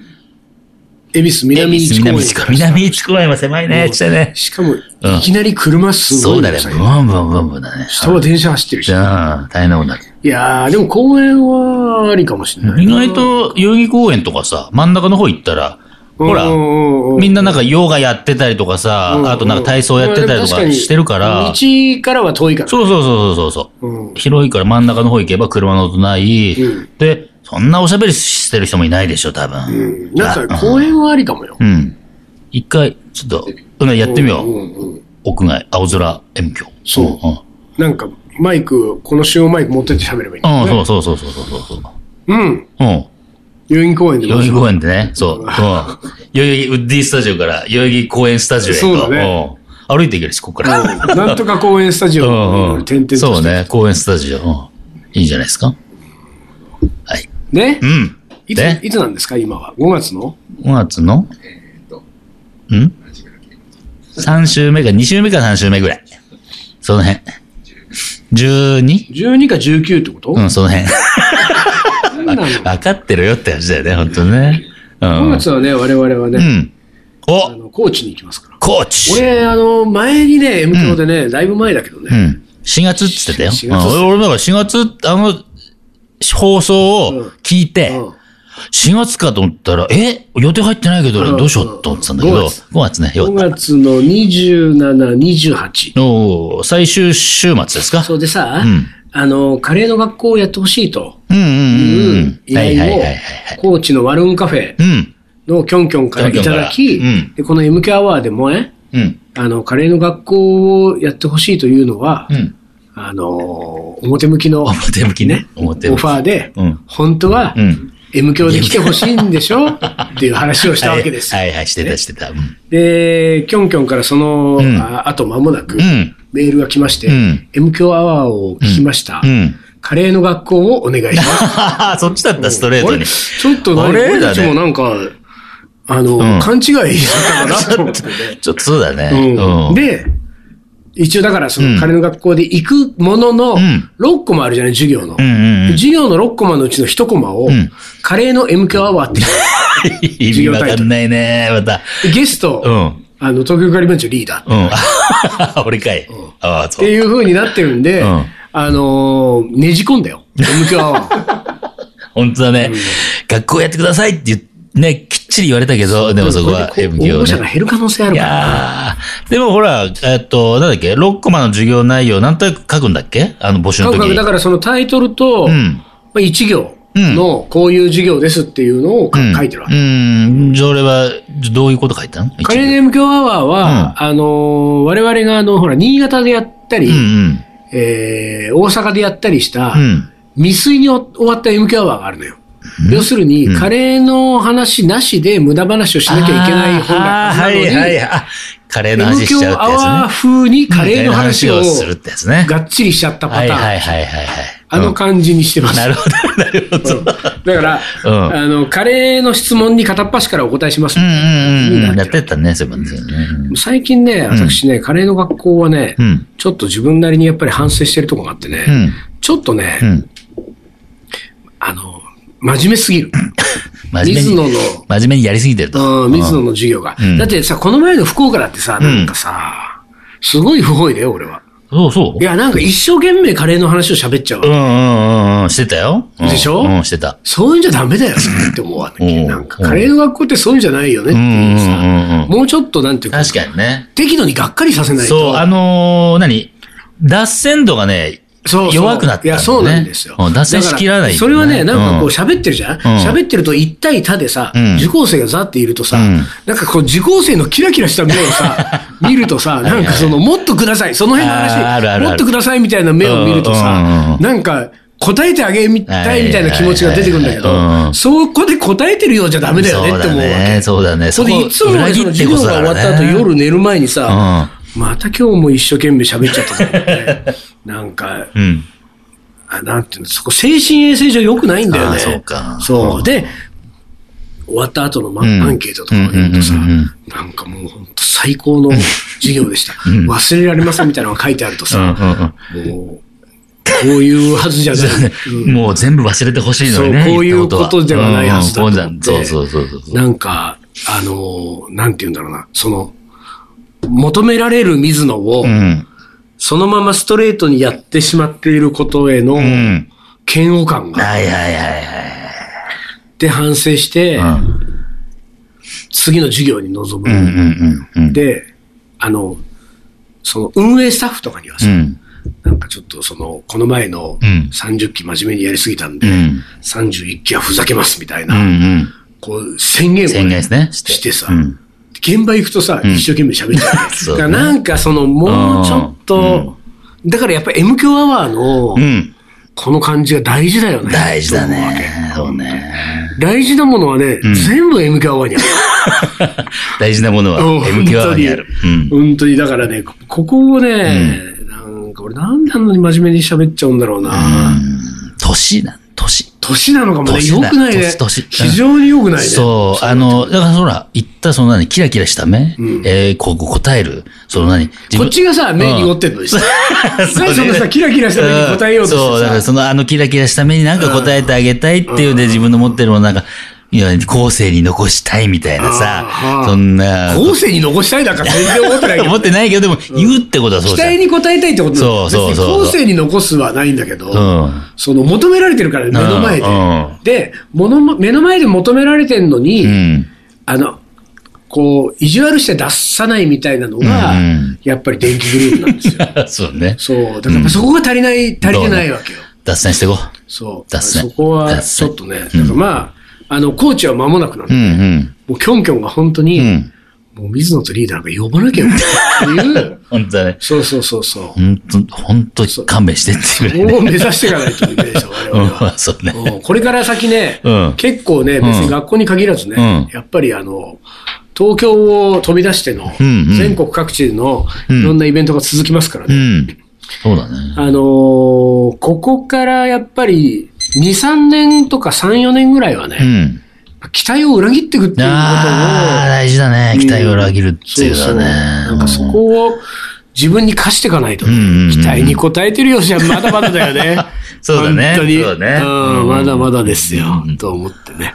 Speaker 1: 恵比寿南
Speaker 2: 恵比
Speaker 1: 一
Speaker 2: 寿
Speaker 1: 公園
Speaker 2: 南一公園。南一公園は狭いね。ちっちゃいね。
Speaker 1: しかも、いきなり車す
Speaker 2: そ
Speaker 1: ご
Speaker 2: う
Speaker 1: い
Speaker 2: だ
Speaker 1: の
Speaker 2: ね。
Speaker 1: さ
Speaker 2: ブンブンブンブンだね。
Speaker 1: 下は電車走ってるし
Speaker 2: じ。ゃあ、大変なことになる。
Speaker 1: いやー、でも公園はありかもしれない。
Speaker 2: 意外と、代々木公園とかさ、真ん中の方行ったら、ほら、みん
Speaker 1: な、
Speaker 2: ななんかヨガやってたりとかさ、あとなんか体操やってたりとかしてるから、そう
Speaker 1: 道からは遠いから。
Speaker 2: そうそうそうそう。
Speaker 1: うん
Speaker 2: 広いから真ん中の方行けば車の音ない。
Speaker 1: うん
Speaker 2: で、そんなおしゃべりしてる人もいないでしょ、多分。
Speaker 1: うんなんか公園はありかもよ。
Speaker 2: うん。一回、ちょっと、うんやってみよう。
Speaker 1: んうんうん
Speaker 2: 屋外、青空遠鏡。
Speaker 1: そうん
Speaker 2: うん。
Speaker 1: なんか、マイク、この集音マイク持ってって喋ればいいんだ
Speaker 2: う
Speaker 1: よ
Speaker 2: ん、
Speaker 1: ね。
Speaker 2: そうそうそうそうそうそう。うん。
Speaker 1: うん。
Speaker 2: 代
Speaker 1: 代々木公園で
Speaker 2: 々木公園でね、そう。うん。代々木ウッディスタジオから代々木公園スタジオへ
Speaker 1: そう
Speaker 2: と。
Speaker 1: だね
Speaker 2: うん。歩いていけるし、ここから。
Speaker 1: うん (laughs) なんとか公園スタジオ
Speaker 2: うんう
Speaker 1: 転々
Speaker 2: ん。
Speaker 1: として。
Speaker 2: そう。ね、公園スタジオ。うん。いいんじゃないですか。はい。
Speaker 1: ね
Speaker 2: うん。
Speaker 1: いつ
Speaker 2: ね
Speaker 1: いつなんですか、今は。5月の
Speaker 2: 5月のうん3週目か2週目か3週目ぐらい。その辺。12?
Speaker 1: ?12 か19ってこと
Speaker 2: うん、その辺。
Speaker 1: 何なの
Speaker 2: 分かってるよって話だよね、本当ね。う
Speaker 1: ?5
Speaker 2: ん。
Speaker 1: 月はね、我々は
Speaker 2: う
Speaker 1: ね、
Speaker 2: ん。
Speaker 1: あ
Speaker 2: お
Speaker 1: の高知に行きますから。
Speaker 2: コーチ
Speaker 1: 俺、あの、前にね、M 響でね、だいぶ前だけど
Speaker 2: う
Speaker 1: ね、
Speaker 2: ん。4月っつってたよ。
Speaker 1: 4月
Speaker 2: うん、俺、俺だから4月、あの、放送を聞いて、
Speaker 1: うん
Speaker 2: 4月かと思ったら、え予定入ってないけど、
Speaker 1: うん
Speaker 2: どうしようと思ってたんだけど、
Speaker 1: 5
Speaker 2: 5
Speaker 1: 月
Speaker 2: 月ね、よ
Speaker 1: 5
Speaker 2: かった
Speaker 1: 月の27、28。
Speaker 2: おー最終週末ですか
Speaker 1: それでさ、
Speaker 2: うん
Speaker 1: あの、カレーの学校をやってほしいと
Speaker 2: うんう
Speaker 1: い
Speaker 2: ん
Speaker 1: う
Speaker 2: うん。
Speaker 1: 依
Speaker 2: はいはい
Speaker 1: 頼を
Speaker 2: はいはい。、
Speaker 1: 高知のワルーンカフェ
Speaker 2: うん。
Speaker 1: のキョンキョンからい
Speaker 2: キョンキ
Speaker 1: た
Speaker 2: ョンから
Speaker 1: だき、
Speaker 2: うん
Speaker 1: でこの MK アワーでもね、
Speaker 2: うん。
Speaker 1: あの、カレーの学校をやってほしいというのは、
Speaker 2: うん。
Speaker 1: あの、表向きの、
Speaker 2: 表向きね。表
Speaker 1: オ
Speaker 2: 向き。
Speaker 1: ファーで、
Speaker 2: うん
Speaker 1: 本当は、
Speaker 2: うん
Speaker 1: M 教で来てほしいんでしょっていう話をしたわけですよ。
Speaker 2: はいはいはい、してたしてた。うん。
Speaker 1: で、キョンキョンからその、
Speaker 2: ん
Speaker 1: ああと間もなく、
Speaker 2: うん。
Speaker 1: メールが来まして、
Speaker 2: うん
Speaker 1: M 教アワーを聞きました。
Speaker 2: うん。 (laughs)
Speaker 1: カレーの学校をお願いします。
Speaker 2: そっちだった、ストレート
Speaker 1: あれ
Speaker 2: に。
Speaker 1: ちょっと
Speaker 2: あ
Speaker 1: 何、
Speaker 2: れ
Speaker 1: 俺た
Speaker 2: だ
Speaker 1: ちも
Speaker 2: ね。
Speaker 1: なんか、あの、
Speaker 2: ん
Speaker 1: 勘違いだったかなと思ってね。
Speaker 2: ちょっとそうだね。
Speaker 1: う
Speaker 2: うんん。、
Speaker 1: で、一応だからそ
Speaker 2: うん
Speaker 1: の彼の学校で行くものの、
Speaker 2: ん
Speaker 1: 6コマあるじゃない、授業の。
Speaker 2: うんうんうん。
Speaker 1: 授業の6コマのうちの1コマを、
Speaker 2: ん
Speaker 1: カレーの MQ アワーって、
Speaker 2: 意味わかんないね、また。
Speaker 1: ゲスト、
Speaker 2: うん。
Speaker 1: あの、東京ガリバンチのリーダーっ
Speaker 2: う
Speaker 1: (laughs)
Speaker 2: ん。俺かい。ああ、そ
Speaker 1: て
Speaker 2: う。
Speaker 1: いう風になってるんで、
Speaker 2: うん
Speaker 1: あのーねじ込んだよ。MQ アワーを。
Speaker 2: 本当だね。学校やってくださいって言うね、きっちり言われたけど、でもそこは
Speaker 1: これで
Speaker 2: M
Speaker 1: こう応
Speaker 2: 業
Speaker 1: 募者が
Speaker 2: ね。
Speaker 1: 減る可能性ある
Speaker 2: い
Speaker 1: から。
Speaker 2: やーでもほら、えっと、なんだっけ、6コマの授業内容、なんとなく書くんだっけあの募集の
Speaker 1: とに
Speaker 2: 時
Speaker 1: かく
Speaker 2: に
Speaker 1: だ。からそのタイトルと、
Speaker 2: ん
Speaker 1: まあ、1行のこういう授業ですっていうのをか書いてるわけ。
Speaker 2: うん。じゃあ俺は、どういうこと書いたの
Speaker 1: カレーネームアワーは、あのー我々があの、ほら、新潟でやったり、
Speaker 2: うんうん。
Speaker 1: えー大阪でやったりした、
Speaker 2: うん。
Speaker 1: 未遂にお終わった MQ アワーがあるのよ。要するに、カレーの話なしで無駄話をしなきゃいけない本来
Speaker 2: あー
Speaker 1: なの
Speaker 2: はい
Speaker 1: に、
Speaker 2: はいはい。あカレーの話し
Speaker 1: MQ
Speaker 2: ちゃうっ
Speaker 1: ア
Speaker 2: て
Speaker 1: ワー
Speaker 2: やつね。
Speaker 1: 風にカレーの話を
Speaker 2: カレーの話をするってやつね
Speaker 1: がっちりしちゃったパター
Speaker 2: は
Speaker 1: ン。
Speaker 2: いはいはいはいはい。
Speaker 1: あの感じにしてます。
Speaker 2: なるほど、なるほど。
Speaker 1: だから、
Speaker 2: うん
Speaker 1: あの、カレーの質問に片っ端からお答えします。
Speaker 2: うんうんうん。
Speaker 1: な
Speaker 2: や
Speaker 1: っ
Speaker 2: って
Speaker 1: る
Speaker 2: てたね、そういうことですよね。
Speaker 1: 最近ね、私ね、カレーの学校はね、
Speaker 2: うん
Speaker 1: ちょっと自分なりにやっぱり反省してるとこがあってね、
Speaker 2: うん
Speaker 1: ちょっとね、
Speaker 2: うん。
Speaker 1: あの、真面目すぎる。
Speaker 2: 真面
Speaker 1: 水野
Speaker 2: 目
Speaker 1: の
Speaker 2: に、真面目にやりすぎてると。
Speaker 1: うん、水野の授業が、
Speaker 2: ん
Speaker 1: だってさ、この前の福岡だってさ、なんかさ、すごい不本意だよ、俺は。
Speaker 2: そうそう
Speaker 1: い。や、なんか一生懸命カレーの話を喋っちゃうわ
Speaker 2: うんうんうんうん、してたよ。うん
Speaker 1: でしょ
Speaker 2: うん、してた。
Speaker 1: そういうんじゃダメだよって思わなき
Speaker 2: う
Speaker 1: ゃ。
Speaker 2: ん
Speaker 1: なんか、カレーの学校ってそういうんじゃないよねって
Speaker 2: うん
Speaker 1: いう
Speaker 2: う
Speaker 1: さ、
Speaker 2: んうんうん。
Speaker 1: もうちょっとなんていうか、
Speaker 2: 確かにね。
Speaker 1: 適度にがっかりさせないと。
Speaker 2: そう、あのー、何脱線度がね、
Speaker 1: そうそう
Speaker 2: 弱くなったんだ
Speaker 1: い
Speaker 2: ね
Speaker 1: や、そうなんですよ。
Speaker 2: うん脱線しきらないよ
Speaker 1: だか
Speaker 2: ね
Speaker 1: それはね、なんかこ
Speaker 2: う
Speaker 1: うん喋ってるじゃん
Speaker 2: ん
Speaker 1: 喋ってると一対他でさ
Speaker 2: うん、
Speaker 1: 受講生がザっているとさ
Speaker 2: うん、
Speaker 1: なんかこう受講生のキラキラした目を
Speaker 2: (laughs)
Speaker 1: さ、見るとさ、なんかその、もっとください、その辺の
Speaker 2: あーあるあ
Speaker 1: 話、
Speaker 2: るある
Speaker 1: もっとくださいみたいな目を見ると
Speaker 2: うんうん
Speaker 1: さ
Speaker 2: う、ん
Speaker 1: なんか、答えてあげたいみたいな気持ちが出てくるんだけ
Speaker 2: うんう
Speaker 1: ど、
Speaker 2: ん
Speaker 1: そこで答えてるようじゃダメだよねって思うわけ。
Speaker 2: そうだね、
Speaker 1: そ
Speaker 2: そうだ
Speaker 1: れ
Speaker 2: ね。
Speaker 1: でいつも俺その
Speaker 2: 裏切って
Speaker 1: 授
Speaker 2: こ
Speaker 1: 業
Speaker 2: そ
Speaker 1: が
Speaker 2: だ
Speaker 1: 終わ
Speaker 2: か
Speaker 1: っ
Speaker 2: らね
Speaker 1: た後夜寝る前に
Speaker 2: う
Speaker 1: さ、
Speaker 2: ん。
Speaker 1: また今日も一生懸命喋っちゃったと思って、
Speaker 2: (laughs)
Speaker 1: なんか、
Speaker 2: うん。
Speaker 1: あなんていうの、そこ精神衛生上良くないんだよ
Speaker 2: あ
Speaker 1: ね。
Speaker 2: ーそうか
Speaker 1: そう
Speaker 2: うん
Speaker 1: で、終わった後のま
Speaker 2: うん
Speaker 1: アンケートとか見るとさ、
Speaker 2: うんうんうんうん
Speaker 1: なんかもう本当最高の授業で
Speaker 2: (laughs)
Speaker 1: した。忘れられませんみたいなのが書いてあると
Speaker 2: うん
Speaker 1: さ、
Speaker 2: うん
Speaker 1: もう、こういうはずじゃない。うん
Speaker 2: うん。もう全部忘れてほしいのにね。
Speaker 1: そうこういう
Speaker 2: 言った
Speaker 1: ことではないはずだと思って
Speaker 2: うんうんそうそうそうそうそう。
Speaker 1: なんか、あのーなんて言うんだろうな、その、求められる水野を、
Speaker 2: うん。
Speaker 1: そのままストレートにやってしまっていることへの
Speaker 2: うん。
Speaker 1: 嫌悪感があ
Speaker 2: はいはいはいはい。
Speaker 1: って反省して、
Speaker 2: うん
Speaker 1: 次の授業に臨
Speaker 2: うん
Speaker 1: む。
Speaker 2: うんうんうん。
Speaker 1: で、あの、その運営スタッフとかには
Speaker 2: う
Speaker 1: さ、
Speaker 2: ん。
Speaker 1: なんかちょっとその、この前の
Speaker 2: うん
Speaker 1: 30期真面目にやりすぎたん
Speaker 2: う
Speaker 1: で、
Speaker 2: ん。
Speaker 1: 31期はふざけますみたい
Speaker 2: うんう
Speaker 1: な、
Speaker 2: ん。
Speaker 1: こう宣言をね
Speaker 2: 宣言ですね。して
Speaker 1: してさ
Speaker 2: うん。
Speaker 1: 現場行くとさ、一生懸命喋っちゃう。
Speaker 2: そう
Speaker 1: だ
Speaker 2: だ
Speaker 1: から
Speaker 2: ね
Speaker 1: なんかその、もうちょっと、だからやっぱり M 強アワーの
Speaker 2: うん。
Speaker 1: この感じが大事だよね。
Speaker 2: 大事だ
Speaker 1: と思うわけ。
Speaker 2: ね。そうね。
Speaker 1: 大事なものはね、全部 M 強アワーにある。
Speaker 2: 大事なものは
Speaker 1: うん
Speaker 2: MQ アワーにある。うん。
Speaker 1: 本当に、だからね、こここをね、なんか俺なんであんなに真面目に喋っちゃうんだろうな。
Speaker 2: 年なん、年。
Speaker 1: 年なのかもね、
Speaker 2: 年だ
Speaker 1: 良くないね
Speaker 2: 年。年
Speaker 1: 非常に良くないね。
Speaker 2: そう、あの、だからほら、言ったその何、キラキラした目、えーこう答える、その何、自
Speaker 1: こっちがさ、目濁ってるのにさ。何そのさ、キラキラした目に答えようと
Speaker 2: んそう、
Speaker 1: し
Speaker 2: だか
Speaker 1: てさ。
Speaker 2: らそのあのキラキラした目になんか答えてあげたいっていうで、自分の持ってるものなんか、いや、後世に残したいみたいな
Speaker 1: あ
Speaker 2: さ
Speaker 1: ー、
Speaker 2: そんな、
Speaker 1: 後世に残したいなんか全然思ってないけ
Speaker 2: (laughs) 思
Speaker 1: ど
Speaker 2: っ。てないけど、でも言うってことはそう
Speaker 1: 期
Speaker 2: じゃん。
Speaker 1: 待に応えたいってことだよ
Speaker 2: そうそうそうそう
Speaker 1: 別に後世に残すはないんだけど、
Speaker 2: うん。
Speaker 1: その求められてるからね、目の前で。
Speaker 2: うん
Speaker 1: で、ものも目の前で求められてるのに、
Speaker 2: うん。 (laughs)
Speaker 1: あの、こう、意地悪して出さないみたいなのが、
Speaker 2: うんうん
Speaker 1: やっぱり電気グループなんです
Speaker 2: (laughs)
Speaker 1: よ。
Speaker 2: そうね。
Speaker 1: そう。だからやっぱそこが足りない、足りてないわけよ。
Speaker 2: 脱線していこ
Speaker 1: そう。
Speaker 2: 脱
Speaker 1: そ
Speaker 2: 線
Speaker 1: こは、
Speaker 2: 脱
Speaker 1: ち
Speaker 2: 線
Speaker 1: ょっとね、だからまあ、あの、コーチは間もなくなの
Speaker 2: う。う。ん
Speaker 1: もう、キョンキョンが本当に、
Speaker 2: うん。うん。
Speaker 1: もう、水野とリーダーが呼ばなきゃいけないって
Speaker 2: (laughs)
Speaker 1: いう、
Speaker 2: 本当だね。
Speaker 1: そうそうそうそ
Speaker 2: 本当本当勘弁してっていう
Speaker 1: う。
Speaker 2: ぐら
Speaker 1: も
Speaker 2: いね。
Speaker 1: う目指していかないといけないですよ、我
Speaker 2: う
Speaker 1: 々
Speaker 2: ん (laughs)
Speaker 1: は。
Speaker 2: そうね。
Speaker 1: うんこれから先ね
Speaker 2: うん、
Speaker 1: 結構ね、別に学校に限らずね、
Speaker 2: う
Speaker 1: やっぱりあの、東京を飛び出しての
Speaker 2: うんう、ん
Speaker 1: 全国各地の
Speaker 2: うん
Speaker 1: いろんなイベントが続きますから
Speaker 2: う
Speaker 1: ね。
Speaker 2: ん。そうだね。
Speaker 1: あのーここからやっぱり、2、3年とか3、4年ぐらいは
Speaker 2: う
Speaker 1: ね、
Speaker 2: ん。
Speaker 1: 期待を裏切っていくっていうことを、
Speaker 2: ああ、大事だね。期待を裏切るっていうの
Speaker 1: そうそうなんかそ
Speaker 2: はね。
Speaker 1: こを自分に課していかないとね、
Speaker 2: うんうんうん
Speaker 1: 期待に応えてるようじゃまだまだだよね。
Speaker 2: (laughs) そうだね
Speaker 1: 本当に。
Speaker 2: そうだね
Speaker 1: ん、
Speaker 2: うん
Speaker 1: まだまだですよ、と思ってね。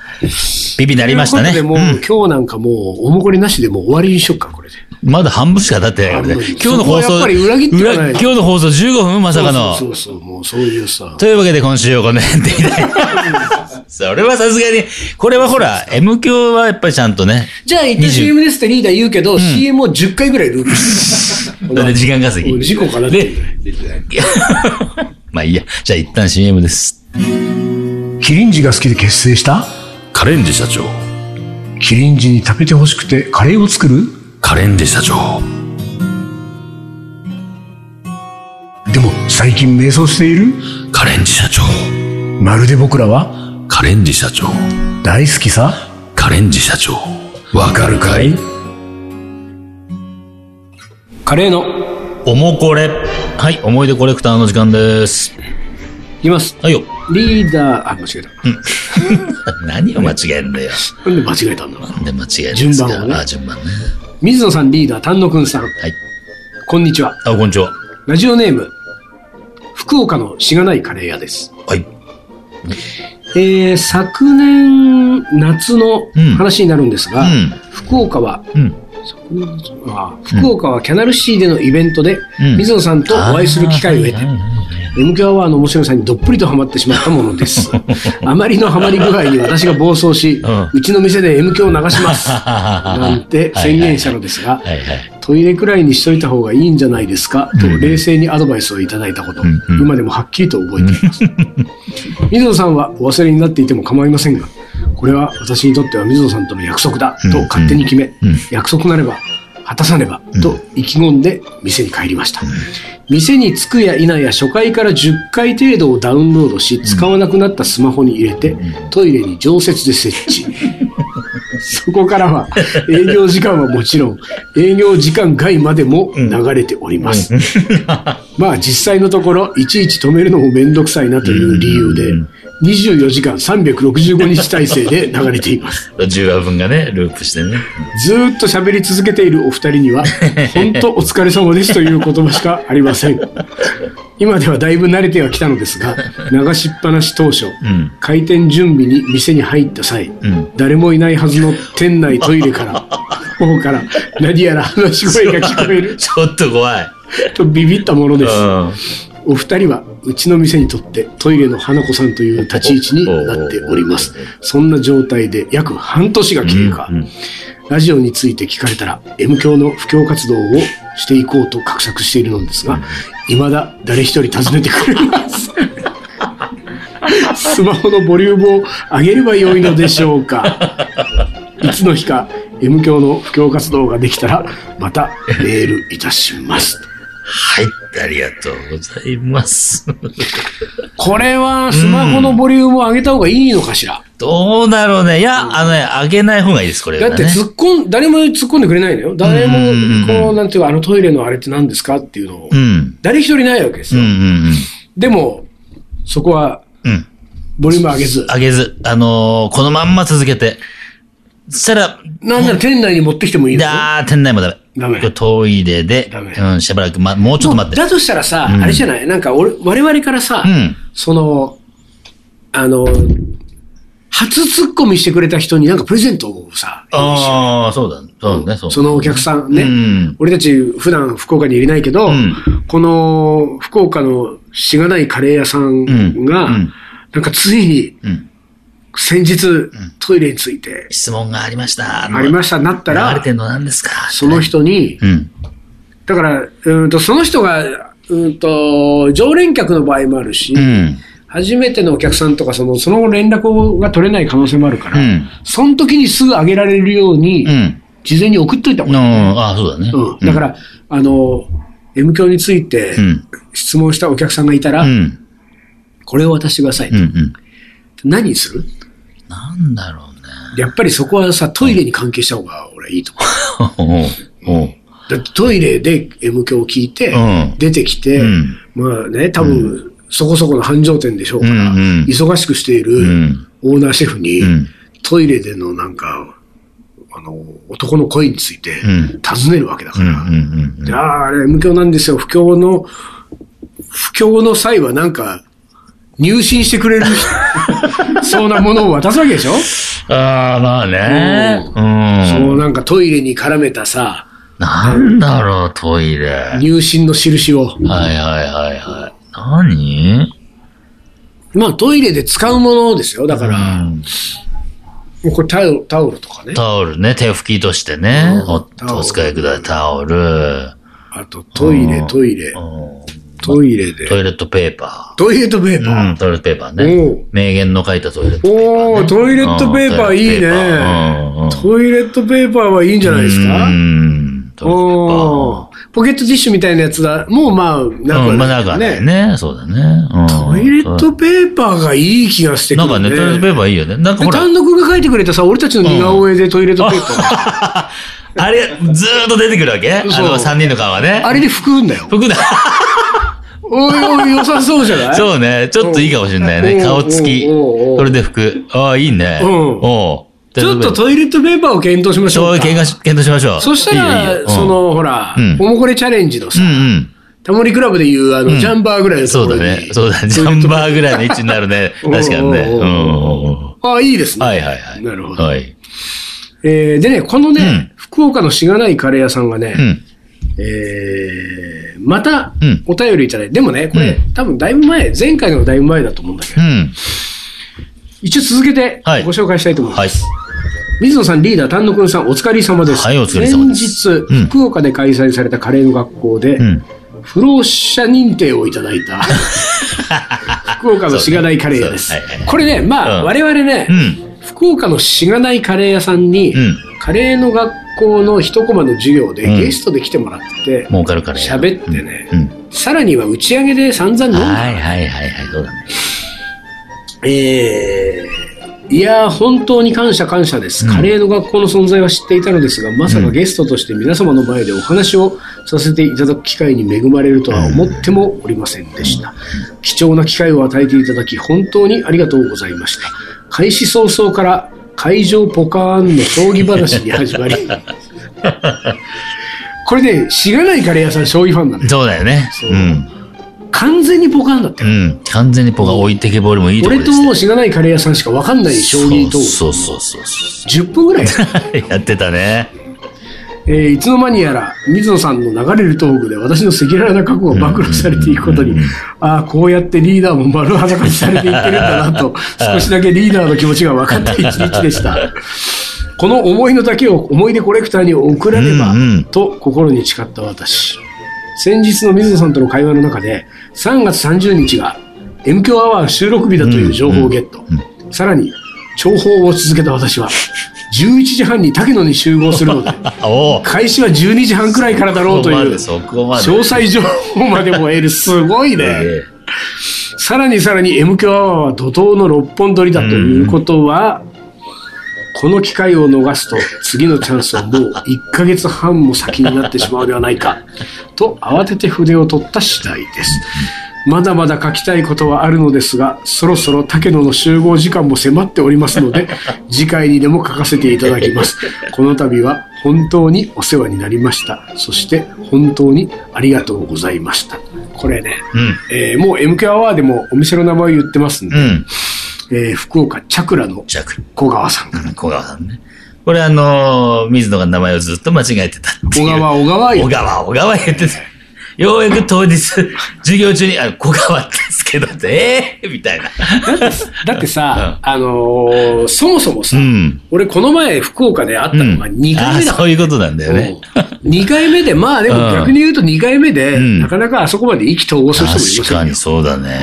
Speaker 2: ビビなりました
Speaker 1: とい
Speaker 2: ね
Speaker 1: う。ことでもう、今日なんかもう、おもこりなしでもう終わりにしよっか、これで。
Speaker 2: まだ半分しか経ってないから
Speaker 1: 半
Speaker 2: ね
Speaker 1: 分。
Speaker 2: 今日
Speaker 1: そ
Speaker 2: の放
Speaker 1: こはやっ
Speaker 2: 送、
Speaker 1: ぱり裏切ってはない
Speaker 2: 裏今日の放送15分まさかの。
Speaker 1: そうそうそうそう、もうそういうさ。
Speaker 2: というわけで今週はこの辺でいきたい。 (laughs) それはさすがに、これはほら、M 教はやっぱりちゃんとね、
Speaker 1: じゃあ、一旦 CM ですってリーダー言うけど、CM を10回ぐらいループす
Speaker 2: (laughs)
Speaker 1: る。
Speaker 2: だって時間稼ぎ。
Speaker 1: 事故かなっていう。
Speaker 2: まあいいや。じゃあ一旦 CM です。
Speaker 1: キリンジが好きで結成した
Speaker 3: カレンジ社長
Speaker 1: キリンジに食べてほしくてカレーを作る
Speaker 3: カレンジ社長
Speaker 1: でも、最近迷走している
Speaker 3: カレンジ社長
Speaker 1: まるで僕らは
Speaker 3: カレンジ社長
Speaker 1: 大好きさ
Speaker 3: カレンジ社長わかるかい
Speaker 1: カレーの
Speaker 2: おもこれ。はい、思い出コレクターの時間です。
Speaker 1: いきます
Speaker 2: はいよ。
Speaker 1: リーダーあ間違えた
Speaker 2: 何を間違えんだよ。
Speaker 1: なんで間違えたんだろう
Speaker 2: なんで間違えるんです
Speaker 1: 順
Speaker 2: か
Speaker 1: 番をね
Speaker 2: あ、順番ね。
Speaker 1: 水野さんリーダー丹野くんさん
Speaker 2: はい。
Speaker 1: こんにちは
Speaker 2: あ、こんにちは。
Speaker 1: ラジオネーム福岡のしがないカレー屋です
Speaker 2: はい。
Speaker 1: えー、昨年夏の
Speaker 2: うん
Speaker 1: 話になるんですが、
Speaker 2: うん
Speaker 1: 福岡は
Speaker 2: うん。
Speaker 1: そこなんですあ福岡はキャナルシーでのイベントで、
Speaker 2: うん
Speaker 1: 水野さんとお会いする機会を得て
Speaker 2: あーはいはいはい、
Speaker 1: m k アワーの面白さにどっぷりとハマってしまったもの
Speaker 2: (laughs)
Speaker 1: です。あまりのハマり具合に私が暴走し、う
Speaker 2: うん
Speaker 1: ちの店で M k を流し
Speaker 2: (laughs)
Speaker 1: ます。な
Speaker 2: なん
Speaker 1: て宣言したのですが、
Speaker 2: はいはい。
Speaker 1: トイレくらいにしといた方がいいんじゃないですかと冷静にアドバイスをいただいたこと、
Speaker 2: んうん
Speaker 1: 今でもはっきりと覚えて
Speaker 2: (laughs)
Speaker 1: います。水野さんはお忘れになっていても構いませんが、これは私にとっては水野さんとの約束だと勝手に決め、
Speaker 2: うん
Speaker 1: 約束なれば果たさねばと意気込んで店に帰りました。店に着くや否や初回から10回程度をダウンロードし、使わなくなったスマホに入れて、トイレに常設で設置。 (laughs) そこからは営業時間はもちろん、営業時間外までも流れております。まあ実際のところ、いちいち止めるのもめんどくさいなという理由で、24時間365日体制で流れています。
Speaker 2: (laughs) 10話分がね、ループしてね。
Speaker 1: ずーっと喋り続けているお二人に
Speaker 2: (laughs)
Speaker 1: は、本当お疲れ様ですという言葉しかありません。今ではだいぶ慣れてはきたのです
Speaker 2: (laughs)
Speaker 1: が、流しっぱなし当初、
Speaker 2: うん。
Speaker 1: 開店準備に店に入った際、
Speaker 2: うん。
Speaker 1: 誰もいないはずの店内トイレ
Speaker 2: (laughs)
Speaker 1: から、方から何やら話し声が聞こえる
Speaker 2: ちょっと怖い。
Speaker 1: とビビったもの
Speaker 2: う
Speaker 1: です。
Speaker 2: ん。
Speaker 1: お二人はうちの店にとってトイレの花子さんという立ち位置になっております。そんな状態で約半年が経過。
Speaker 2: うんうん
Speaker 1: ラジオについて聞かれたら M 教の布教活動をしていこうと画策しているのですが、未だ誰一人訪ねてくれません。スマホのボリュームを上げればよいのでしょうか。いつの日か M 教の布教活動ができたらまたメールいたします。
Speaker 2: はい。ありがとうございます。 (laughs)
Speaker 1: これはスマホのボリュームを上げた方がいいのかしら、
Speaker 2: どうだろうね。いや、あのね、あげない方がいいです、これ、ね。
Speaker 1: だって突っ込ん、誰も突っ込んでくれないのよ。誰も
Speaker 2: うんうんう、ん
Speaker 1: こう、なんていうか、あのトイレのあれって何ですかっていうのを
Speaker 2: う、ん。
Speaker 1: 誰一人ないわけです
Speaker 2: うんう
Speaker 1: よ。
Speaker 2: ん
Speaker 1: でも、そこは
Speaker 2: うん。うん。
Speaker 1: ボリューム上げず、
Speaker 2: あげず、あのーこのまんま続けて。そしたら、
Speaker 1: なんなら店内に持ってきてもいいのよ
Speaker 2: だー、店内もダメ。
Speaker 1: ダメ
Speaker 2: これトイレで、
Speaker 1: ダメ
Speaker 2: うん、しばらく、ま、もうちょっと待って。
Speaker 1: だとしたらさ、
Speaker 2: うん
Speaker 1: あれじゃないなんか俺、我々からさ、
Speaker 2: うん。
Speaker 1: その、あの、初突っ込みしてくれた人になんかプレゼントをさ、
Speaker 2: ああ、そうだ。そうだね、そうだ
Speaker 1: そのお客さんね、
Speaker 2: うん
Speaker 1: 俺たち普段福岡にいれないけど、
Speaker 2: うん
Speaker 1: この福岡のしがないカレー屋さんが、
Speaker 2: うんうん
Speaker 1: なんかついに
Speaker 2: うん。
Speaker 1: 先日、トイレについて、
Speaker 2: 質問がありました。
Speaker 1: ありましたなった
Speaker 2: 流れ
Speaker 1: ら
Speaker 2: て、んの何ですか
Speaker 1: その。人に、
Speaker 2: うん。
Speaker 1: だから、うーんとその人が、うーんと常連客の場合もあるし、
Speaker 2: うん。
Speaker 1: 初めてのお客さんとかその、その後連絡が取れない可能性もあるから、
Speaker 2: うん
Speaker 1: その時にすぐ上げられるように、
Speaker 2: うん。
Speaker 1: 事前に送っといた方
Speaker 2: うん。
Speaker 1: がいい
Speaker 2: ああ、そうだね。
Speaker 1: うんだから、あの、M 教について
Speaker 2: うん
Speaker 1: 質問したお客さんがいたら、
Speaker 2: うん。
Speaker 1: これを渡してください。
Speaker 2: うん。うん。
Speaker 1: 何にする
Speaker 2: なんだろうね。
Speaker 1: やっぱりそこはさ、トイレに関係した方が俺はいいと思
Speaker 2: おうおう
Speaker 1: う。だってトイレで M 教を聞いて、
Speaker 2: うん
Speaker 1: 出てきて、
Speaker 2: うん
Speaker 1: まあね、多分、そこそこの繁盛店でしょうから、
Speaker 2: うんうん
Speaker 1: 忙しくしていうる
Speaker 2: ん。
Speaker 1: オーナーシェフに、
Speaker 2: うん。
Speaker 1: トイレでのなんか、あの、男の声について
Speaker 2: うん
Speaker 1: 尋ねるわけだ
Speaker 2: う
Speaker 1: か
Speaker 2: ん。う
Speaker 1: ら、
Speaker 2: ん。うん
Speaker 1: いやーあれ、無教なんですよ。不況の、不況の際はなんか、入信してくれる、
Speaker 2: (laughs)
Speaker 1: そうなものを渡すわけでしょ、
Speaker 2: ああ、まあね。
Speaker 1: そうの
Speaker 2: ん。
Speaker 1: なんかトイレに絡めたさ、
Speaker 2: なんだろう、トイレ。はい
Speaker 1: 入信の印を。
Speaker 2: はいはいはい。何
Speaker 1: まあトイレで使うものですよ。だから、
Speaker 2: うん
Speaker 1: もうこれタオルタオルとかね。
Speaker 2: タオルね、手拭きとしてね。
Speaker 1: うん
Speaker 2: お
Speaker 1: タオル
Speaker 2: お使いください、タオル。
Speaker 1: あとトイレ、トイレ、
Speaker 2: うん
Speaker 1: トイレ
Speaker 2: ト
Speaker 1: で。
Speaker 2: イレットペーパ
Speaker 1: トイレットペーパ
Speaker 2: ー。う
Speaker 1: ー。
Speaker 2: ん、トイレットペーパー
Speaker 1: お
Speaker 2: ね
Speaker 1: う。
Speaker 2: 名言の書いたトイレットペーパー。
Speaker 1: おー、トイレットペーパーいいね。
Speaker 2: うん
Speaker 1: トイレットペーパーはいいんじゃないですか
Speaker 2: うん、トイレットペーパー。
Speaker 1: おーポケットティッシュみたいなやつだ。もうまあ、な
Speaker 2: うん、
Speaker 1: ん
Speaker 2: まあな
Speaker 1: か
Speaker 2: んかね、ねそうだね。うん
Speaker 1: トイレットペーパーがいい気がしてく
Speaker 2: なん
Speaker 1: る、
Speaker 2: か
Speaker 1: ね。
Speaker 2: ね、トイレットペーパーいいよね。なんかほ
Speaker 1: で
Speaker 2: ら、
Speaker 1: 単独が書いてくれたさ、俺たちの似顔絵でトイレットペーパー。
Speaker 2: (laughs) あれ、ずーっと出てくるわけあ
Speaker 1: そう
Speaker 2: の、三人の顔がね。
Speaker 1: あれで拭くんだよ。
Speaker 2: 服だ。
Speaker 1: おいおい、良さそうじゃない
Speaker 2: そうね、ちょっといいかもしれない
Speaker 1: うん
Speaker 2: ね。顔つき。
Speaker 1: うんうんうん
Speaker 2: それで服。ああ、いいね。
Speaker 1: うん
Speaker 2: おう
Speaker 1: ちょっと
Speaker 2: と、
Speaker 1: トイレットペーパーを検討しまし
Speaker 2: そ
Speaker 1: ょ
Speaker 2: う
Speaker 1: う
Speaker 2: いう
Speaker 1: か。
Speaker 2: 喧嘩し、検討しましょう。
Speaker 1: そしたら、
Speaker 2: いいよいいよ
Speaker 1: そ、の、ほら、
Speaker 2: うん
Speaker 1: おもこれチャレンジの
Speaker 2: う
Speaker 1: さ、
Speaker 2: んうん
Speaker 1: タモリクラブでいう、あの、ジャンバーぐらい
Speaker 2: うん。
Speaker 1: のと
Speaker 2: そ
Speaker 1: ころ
Speaker 2: うだね
Speaker 1: に。。
Speaker 2: そうだね。ジャンバーぐらいの位置になるね。
Speaker 1: (laughs) うん
Speaker 2: 確かにね。
Speaker 1: う
Speaker 2: うんん
Speaker 1: ああ、いいですね。
Speaker 2: はいはいはい。
Speaker 1: なるほど
Speaker 2: はい。
Speaker 1: えーでね、このね、
Speaker 2: うん
Speaker 1: 福岡のしがないカレー屋さんがね、
Speaker 2: うん。
Speaker 1: えーまた
Speaker 2: うん
Speaker 1: お便りいただいて、でもね、これ、
Speaker 2: う
Speaker 1: 多分だいぶ前、前回のだいぶ前だと思うんだけど、
Speaker 2: うん。
Speaker 1: 一応続けて
Speaker 2: はい
Speaker 1: ご紹介したいと思います。
Speaker 2: はい。
Speaker 1: 水野さん、リーダー、丹野くんさん、お疲れ様です。
Speaker 2: はいお疲れ様です
Speaker 1: 先日、
Speaker 2: うん
Speaker 1: 福岡で開催されたカレーの学校で、
Speaker 2: うん。
Speaker 1: 不老者認定をいただい
Speaker 2: (laughs)
Speaker 1: た、福岡のしがないカレー屋です。
Speaker 2: そうですはいはい
Speaker 1: これね、まあ、
Speaker 2: うん
Speaker 1: 我々ね、
Speaker 2: うん。
Speaker 1: 福岡のしがないカレー屋さんに、
Speaker 2: うん
Speaker 1: カレーの学校の一コマの授業で
Speaker 2: うん
Speaker 1: ゲストで来てもらって、
Speaker 2: 儲かるからや。
Speaker 1: 喋ってね、
Speaker 2: うん。
Speaker 1: さらには打ち上げで散々飲んだ。
Speaker 2: はいはいはいはい。そうだね。
Speaker 1: えーいやー本当に感謝感謝です、
Speaker 2: うん
Speaker 1: カレーの学校の存在は知っていたのですが、まさかゲストとして皆様の前でお話をさせていただく機会に恵まれるとは思ってもおりませんでした。貴重な機会を与えていただき、本当にありがとうございました。開始早々から会場ポカーンの将棋話に始
Speaker 2: (laughs)
Speaker 1: まり、これね、しがないカレー屋さん、将棋ファンなんで、
Speaker 2: そうだよね。
Speaker 1: そう
Speaker 2: うん。
Speaker 1: 完全にポカーンだった
Speaker 2: う
Speaker 1: よ。
Speaker 2: ん。完全に僕が置いてけぼりもいいところ
Speaker 1: 俺
Speaker 2: で
Speaker 1: と
Speaker 2: す
Speaker 1: もうしがないカレー屋さんしかわかんない将棋トーク。
Speaker 2: そうそうそうそ
Speaker 1: 10分ぐらい、
Speaker 2: う。 (laughs) やってたね。
Speaker 1: えーいつの間にやら水野さんの流れるトークで私の赤裸々な過去が暴露されていくことに、ああこうやってリーダーも丸裸にされていってるんだなと少しだけリーダーの気持ちが分かった一日でした
Speaker 2: (laughs)
Speaker 1: この思いの丈を思い出コレクターに送らねば、
Speaker 2: うんうん
Speaker 1: と心に誓った私先日の水野さんとの会話の中で3月30日が M 強アワー収録日だという情報をゲット、さらに重宝を続けた私は11時半に竹野に集合するので (laughs)
Speaker 2: おお。
Speaker 1: 開始は12時半くらいからだろうという詳
Speaker 2: そこまで。そこまで
Speaker 1: 細情報までも得るすごいね
Speaker 2: え
Speaker 1: さらにさらに M 強アワーは怒涛の6本撮りだということはこの機会を逃すと次のチャンスはもう1ヶ月半も先になってしまうではないかと慌てて筆を取った次第ですまだまだ書きたいことはあるのですがそろそろ竹野の集合時間も迫っておりますので次回にでも書かせていただきますこの度は本当にお世話になりましたそして本当にありがとうございましたこれね、
Speaker 2: うん。
Speaker 1: えーもう MK アワーでもお店の名前を言ってますんで、
Speaker 2: うん。
Speaker 1: えー福岡チャクラの
Speaker 2: じゃあ、
Speaker 1: 小川さんから。
Speaker 2: (laughs) 小川さんね。これあのー、水野が名前をずっと間違えてたってい
Speaker 1: 小
Speaker 2: う。
Speaker 1: 川、小川
Speaker 2: 小
Speaker 1: よ。
Speaker 2: 川、小川言ってた。ようやく
Speaker 1: (laughs)
Speaker 2: 当日、授業中に、あ、小川ですけどって、ええみたいな。
Speaker 1: だってさ、あのーそもそもさ、
Speaker 2: うん。
Speaker 1: 俺この前福岡で会ったのが
Speaker 2: うん
Speaker 1: 2回目だ
Speaker 2: あ
Speaker 1: か
Speaker 2: そういうことなんだ
Speaker 1: ら
Speaker 2: よね。
Speaker 1: 2回目で、まあでも
Speaker 2: うん
Speaker 1: 逆に言うと2回目で、
Speaker 2: うん
Speaker 1: なかなかあそこまで意気投合する人もいま
Speaker 2: 確
Speaker 1: せ
Speaker 2: か
Speaker 1: んよ
Speaker 2: に。そうだね。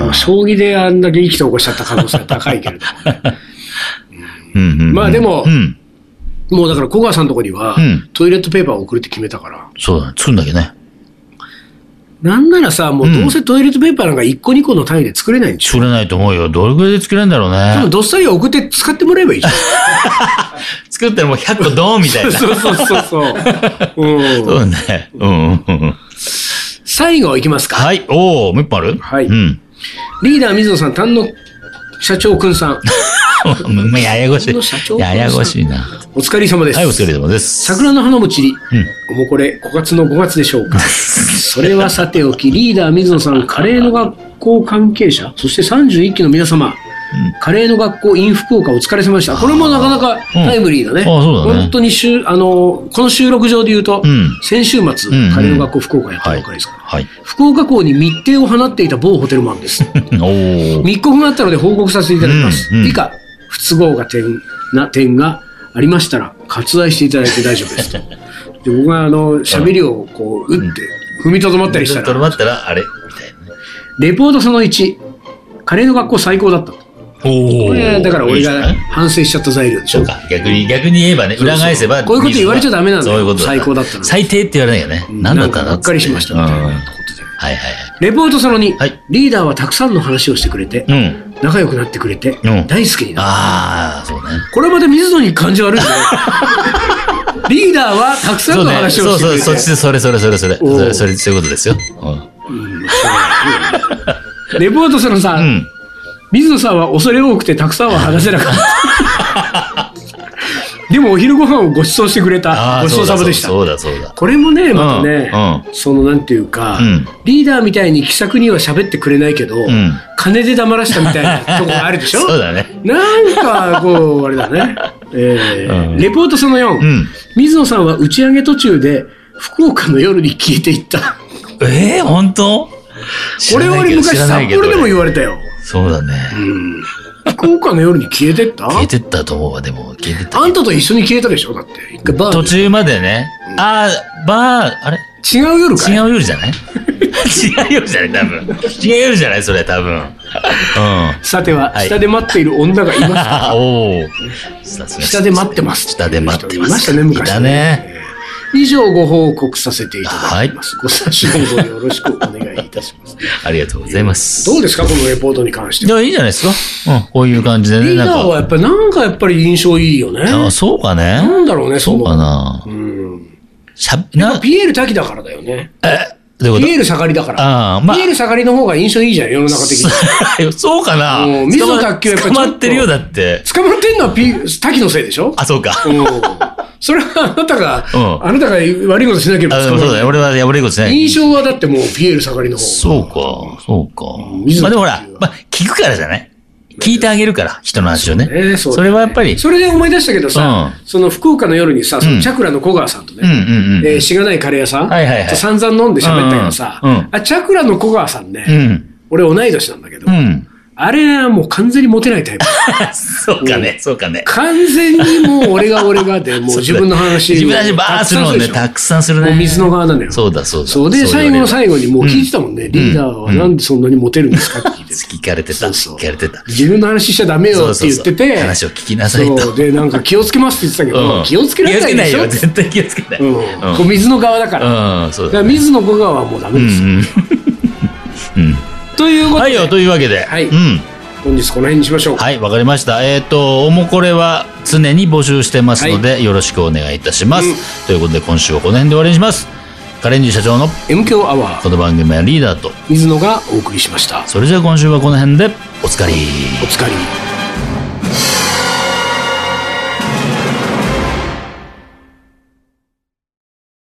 Speaker 1: うん将棋であんだけ意気投合しちゃった可能性は高いけれど
Speaker 2: (laughs)
Speaker 1: も。
Speaker 2: うんうんうん
Speaker 1: まあでも
Speaker 2: うん。
Speaker 1: もうだから小川さんのとこには、
Speaker 2: うん
Speaker 1: トイレットペーパーを送るって決めたから。
Speaker 2: そうだね。作るんだけどね。
Speaker 1: なんならさ、もうどうせトイレットペーパーなんか1個2個の単位で作れないんでしょ
Speaker 2: 作れないと思うよ。どれくらいで作れるんだろう
Speaker 1: 多分
Speaker 2: ね。
Speaker 1: どっさり送って使ってもらえばいいじゃん。
Speaker 2: (laughs) 作ったらもう100個ドーンみたいな。
Speaker 1: そうそうそうそう。
Speaker 2: そう
Speaker 1: うん、
Speaker 2: だね。うんうんうん。
Speaker 1: 最後いきますか。
Speaker 2: はい。おおもう一本ある
Speaker 1: はい
Speaker 2: うん。
Speaker 1: リーダー水野さん、丹野社長くんさん、
Speaker 2: もうややこし
Speaker 1: この社長
Speaker 2: い。ややこしいな。
Speaker 1: お疲れ様です。
Speaker 2: はい、お疲れ様です。
Speaker 1: 桜の花も散り、おもこれ5月の5月でしょうか。それはさておき、リーダー水野さん、カレーの学校関係者、そして31期の皆様、カレーの学校 in 福岡お疲れ様でした。これもなかなかタイムリーだね。
Speaker 2: あーそうだね
Speaker 1: 本当にしゅあの、この収録上で言うと、
Speaker 2: うん
Speaker 1: 先週末、
Speaker 2: うんうん
Speaker 1: カレーの学校福岡やったば
Speaker 2: はい。
Speaker 1: っかりですから。
Speaker 2: はい。
Speaker 1: 福岡港に密偵を放っていた某ホテルマン
Speaker 2: (laughs)
Speaker 1: です。
Speaker 2: おお
Speaker 1: 密告があったので報告させていただきます。
Speaker 2: うんうん
Speaker 1: 以下、不都合が点な点がありましたら、割愛していただいて大丈夫ですと。で僕があの喋りをこう打って踏みとどまったりし
Speaker 2: ち
Speaker 1: た
Speaker 2: ょっと
Speaker 1: ら、
Speaker 2: 待ったら、あれみたいなね。
Speaker 1: レポートその1、カレーの学校最高だったと。
Speaker 2: お
Speaker 1: こ
Speaker 2: お
Speaker 1: れだから俺が
Speaker 2: いいじゃん
Speaker 1: 反省しちゃった材料でし
Speaker 2: そ
Speaker 1: ょ
Speaker 2: う。か。逆に、逆に言えばね、裏返せば。
Speaker 1: こういうこと言われちゃダメなんだよ
Speaker 2: そういうこと
Speaker 1: 最高だったのに
Speaker 2: 最低って言われないよね。何
Speaker 1: な
Speaker 2: だった
Speaker 1: んん
Speaker 2: だ
Speaker 1: かがっかりしました
Speaker 2: うん
Speaker 1: みたいな
Speaker 2: はい
Speaker 1: ことで。
Speaker 2: はい
Speaker 1: レポートその2、
Speaker 2: はい
Speaker 1: リーダーはたくさんの話をしてくれて、
Speaker 2: はい。うん。
Speaker 1: 仲良くなってくれて、
Speaker 2: うん
Speaker 1: 大好きになった。
Speaker 2: ああ、そうね。
Speaker 1: これまで水野に感じ悪
Speaker 2: (laughs)
Speaker 1: いね。リーダーはたくさん
Speaker 2: そう
Speaker 1: の
Speaker 2: ね。
Speaker 1: 話
Speaker 2: そ
Speaker 1: を
Speaker 2: う
Speaker 1: してく
Speaker 2: そ
Speaker 1: れ
Speaker 2: う、
Speaker 1: て
Speaker 2: そっちで、それそれそれそれ。
Speaker 1: おー
Speaker 2: それ、それ、そういうことですよ。うん
Speaker 1: レポートするのさ、
Speaker 2: うん。
Speaker 1: 水野さんは恐れ多くてたくさんは話せなかった。
Speaker 2: (laughs)
Speaker 1: でもお昼ご飯をご馳走してくれた。
Speaker 2: あ
Speaker 1: ご
Speaker 2: あ、
Speaker 1: ちそう
Speaker 2: そ
Speaker 1: う
Speaker 2: だ
Speaker 1: さま
Speaker 2: そう
Speaker 1: で
Speaker 2: だ
Speaker 1: した。
Speaker 2: そうだそうだ。
Speaker 1: これもね、またね、
Speaker 2: う
Speaker 1: そのなんていうか、
Speaker 2: うん
Speaker 1: リーダーみたいに気さくには喋ってくれないけど、
Speaker 2: ん (laughs)
Speaker 1: 金で黙らしたみたいなとこがあるでしょ
Speaker 2: そうだね。
Speaker 1: なんか、こう、あれだね。えー
Speaker 2: うん
Speaker 1: レポートその4、
Speaker 2: ん
Speaker 1: 水野さんは打ち上げ途中で福岡の夜に聞いていった。
Speaker 2: えー、本当
Speaker 1: これ俺昔
Speaker 2: 知らな
Speaker 1: 札
Speaker 2: いけど
Speaker 1: 幌でも言われたよ。
Speaker 2: そうだね。
Speaker 1: うん。福岡の夜に消えてった
Speaker 2: 消えてったと思うわ、でも。消えてった。
Speaker 1: あんたと一緒に消えたでしょだって。一回バー
Speaker 2: 途
Speaker 1: で
Speaker 2: 中までね。あー、バー、あれ
Speaker 1: 違う夜か
Speaker 2: 違
Speaker 1: い。
Speaker 2: う夜じゃない (laughs) 違う夜じゃない多分。違う夜じゃないそれ、多分。うん。
Speaker 1: さては、
Speaker 2: はい
Speaker 1: 下で待っている女がいます
Speaker 2: (laughs)
Speaker 1: か
Speaker 2: あおお。さすが
Speaker 1: 下で待ってます。
Speaker 2: 下で待ってます。
Speaker 1: いましたね、昔。
Speaker 2: いたね。
Speaker 1: 以上ご報告させていただきます。ご参照の方よろしくお願いいたし
Speaker 2: (laughs)
Speaker 1: ます。
Speaker 2: ありがとうございます。
Speaker 1: どうですかこのレポートに関して
Speaker 2: じ
Speaker 1: は。
Speaker 2: ゃあいいんじゃないですかうん、こういう感じでね。
Speaker 1: リー
Speaker 2: な
Speaker 1: ダ
Speaker 2: ん
Speaker 1: ーは
Speaker 2: か。
Speaker 1: やっぱりなんかやっぱり印象いいよね。
Speaker 2: あそうかね。
Speaker 1: なんだろうね、そ
Speaker 2: そう
Speaker 1: の
Speaker 2: かな。
Speaker 1: うん。
Speaker 2: しゃ、な、
Speaker 1: ピエール滝だからだよね。
Speaker 2: え、どういう
Speaker 1: ピ
Speaker 2: こ
Speaker 1: エール盛りだから。
Speaker 2: ああまあ
Speaker 1: ピエール盛りの方が印象いいじゃん、世の中的に。
Speaker 2: と (laughs) そうかな
Speaker 1: うん水野卓球やっぱちょっ
Speaker 2: 捕
Speaker 1: と
Speaker 2: まってるよ、だって。
Speaker 1: 捕まってんのはピ滝のせいでしょ
Speaker 2: あ、そうか。
Speaker 1: うん。それはあなたが、
Speaker 2: うん
Speaker 1: あなたが悪いことしなければ
Speaker 2: あで
Speaker 1: 捕
Speaker 2: も
Speaker 1: ま
Speaker 2: そう
Speaker 1: る
Speaker 2: だね。俺は破れることしない。
Speaker 1: 印象はだってもうピエール盛りの方が。
Speaker 2: そうか、そうか。
Speaker 1: 水
Speaker 2: ま
Speaker 1: 野
Speaker 2: あで
Speaker 1: 卓球
Speaker 2: もほら
Speaker 1: は、
Speaker 2: まあ聞くからじゃない聞いてあげるから、人の話をね。
Speaker 1: ねそうだね
Speaker 2: れはやっぱり、
Speaker 1: それで思い出したけどさ、
Speaker 2: う
Speaker 1: その福岡の夜にさ、そのチャクラの小川さんとね、
Speaker 2: うんうんうん。
Speaker 1: えーしがないカレー屋さん、
Speaker 2: はいはいはい
Speaker 1: と散々飲んで喋ったけどさ、
Speaker 2: うんうん
Speaker 1: あ、チャクラの小川さんね、
Speaker 2: うん。
Speaker 1: 俺同い年なんだけど、 (laughs)
Speaker 2: うん。
Speaker 1: あれはもう完全にモテないタイプ。
Speaker 2: そうかね、そうかね。
Speaker 1: 完全にもう俺が俺
Speaker 2: (laughs)
Speaker 1: がで、もう自分の話。
Speaker 2: 自分の話ばーするのね、た
Speaker 1: たく
Speaker 2: くさんす
Speaker 1: さん
Speaker 2: る
Speaker 1: るでしょ
Speaker 2: ね。
Speaker 1: もう水の側なんだよ。
Speaker 2: そうだそうだ。
Speaker 1: そうで、最後の最
Speaker 2: 後。
Speaker 1: 後にもう聞いてたもんね。リーダーはなんでそんなにモテるんですかっ
Speaker 2: (laughs)
Speaker 1: て聞いてて。
Speaker 2: 聞かれてた、
Speaker 1: そうそう
Speaker 2: 聞かれてた。
Speaker 1: 自分の話しちゃダメよって言って
Speaker 2: そうそう
Speaker 1: て。
Speaker 2: そう話を聞きなさいと
Speaker 1: そうで、なんか気をつけますって言ってたけ
Speaker 2: う
Speaker 1: ど、
Speaker 2: ん
Speaker 1: 気をつけられないでし
Speaker 2: 気
Speaker 1: ょ
Speaker 2: をつけないよ、絶対気をつけない。
Speaker 1: うん。こう水の側だから。だ
Speaker 2: ん。うん、そう
Speaker 1: か
Speaker 2: だ
Speaker 1: ら
Speaker 2: ね。
Speaker 1: 水の小川はもうダメ
Speaker 2: う
Speaker 1: ですよ。
Speaker 2: んうん。
Speaker 1: という
Speaker 2: うん。
Speaker 1: こと
Speaker 2: は
Speaker 1: で
Speaker 2: い、よ、というわけで。
Speaker 1: はい
Speaker 2: うん。
Speaker 1: 本日この辺にしましょう。
Speaker 2: はい、わかりました。えっ、と、おもこれは常に募集してますので、よろしくお願いいたします。ということで、今週はこの辺で終わりにします。カレンジ社長の
Speaker 1: M 強アワ
Speaker 2: こ
Speaker 1: ー、
Speaker 2: の番組はリーダーと、
Speaker 1: 水野がお送りしました。
Speaker 2: それじゃあ今週はこの辺で、おつかり。
Speaker 1: お疲れ。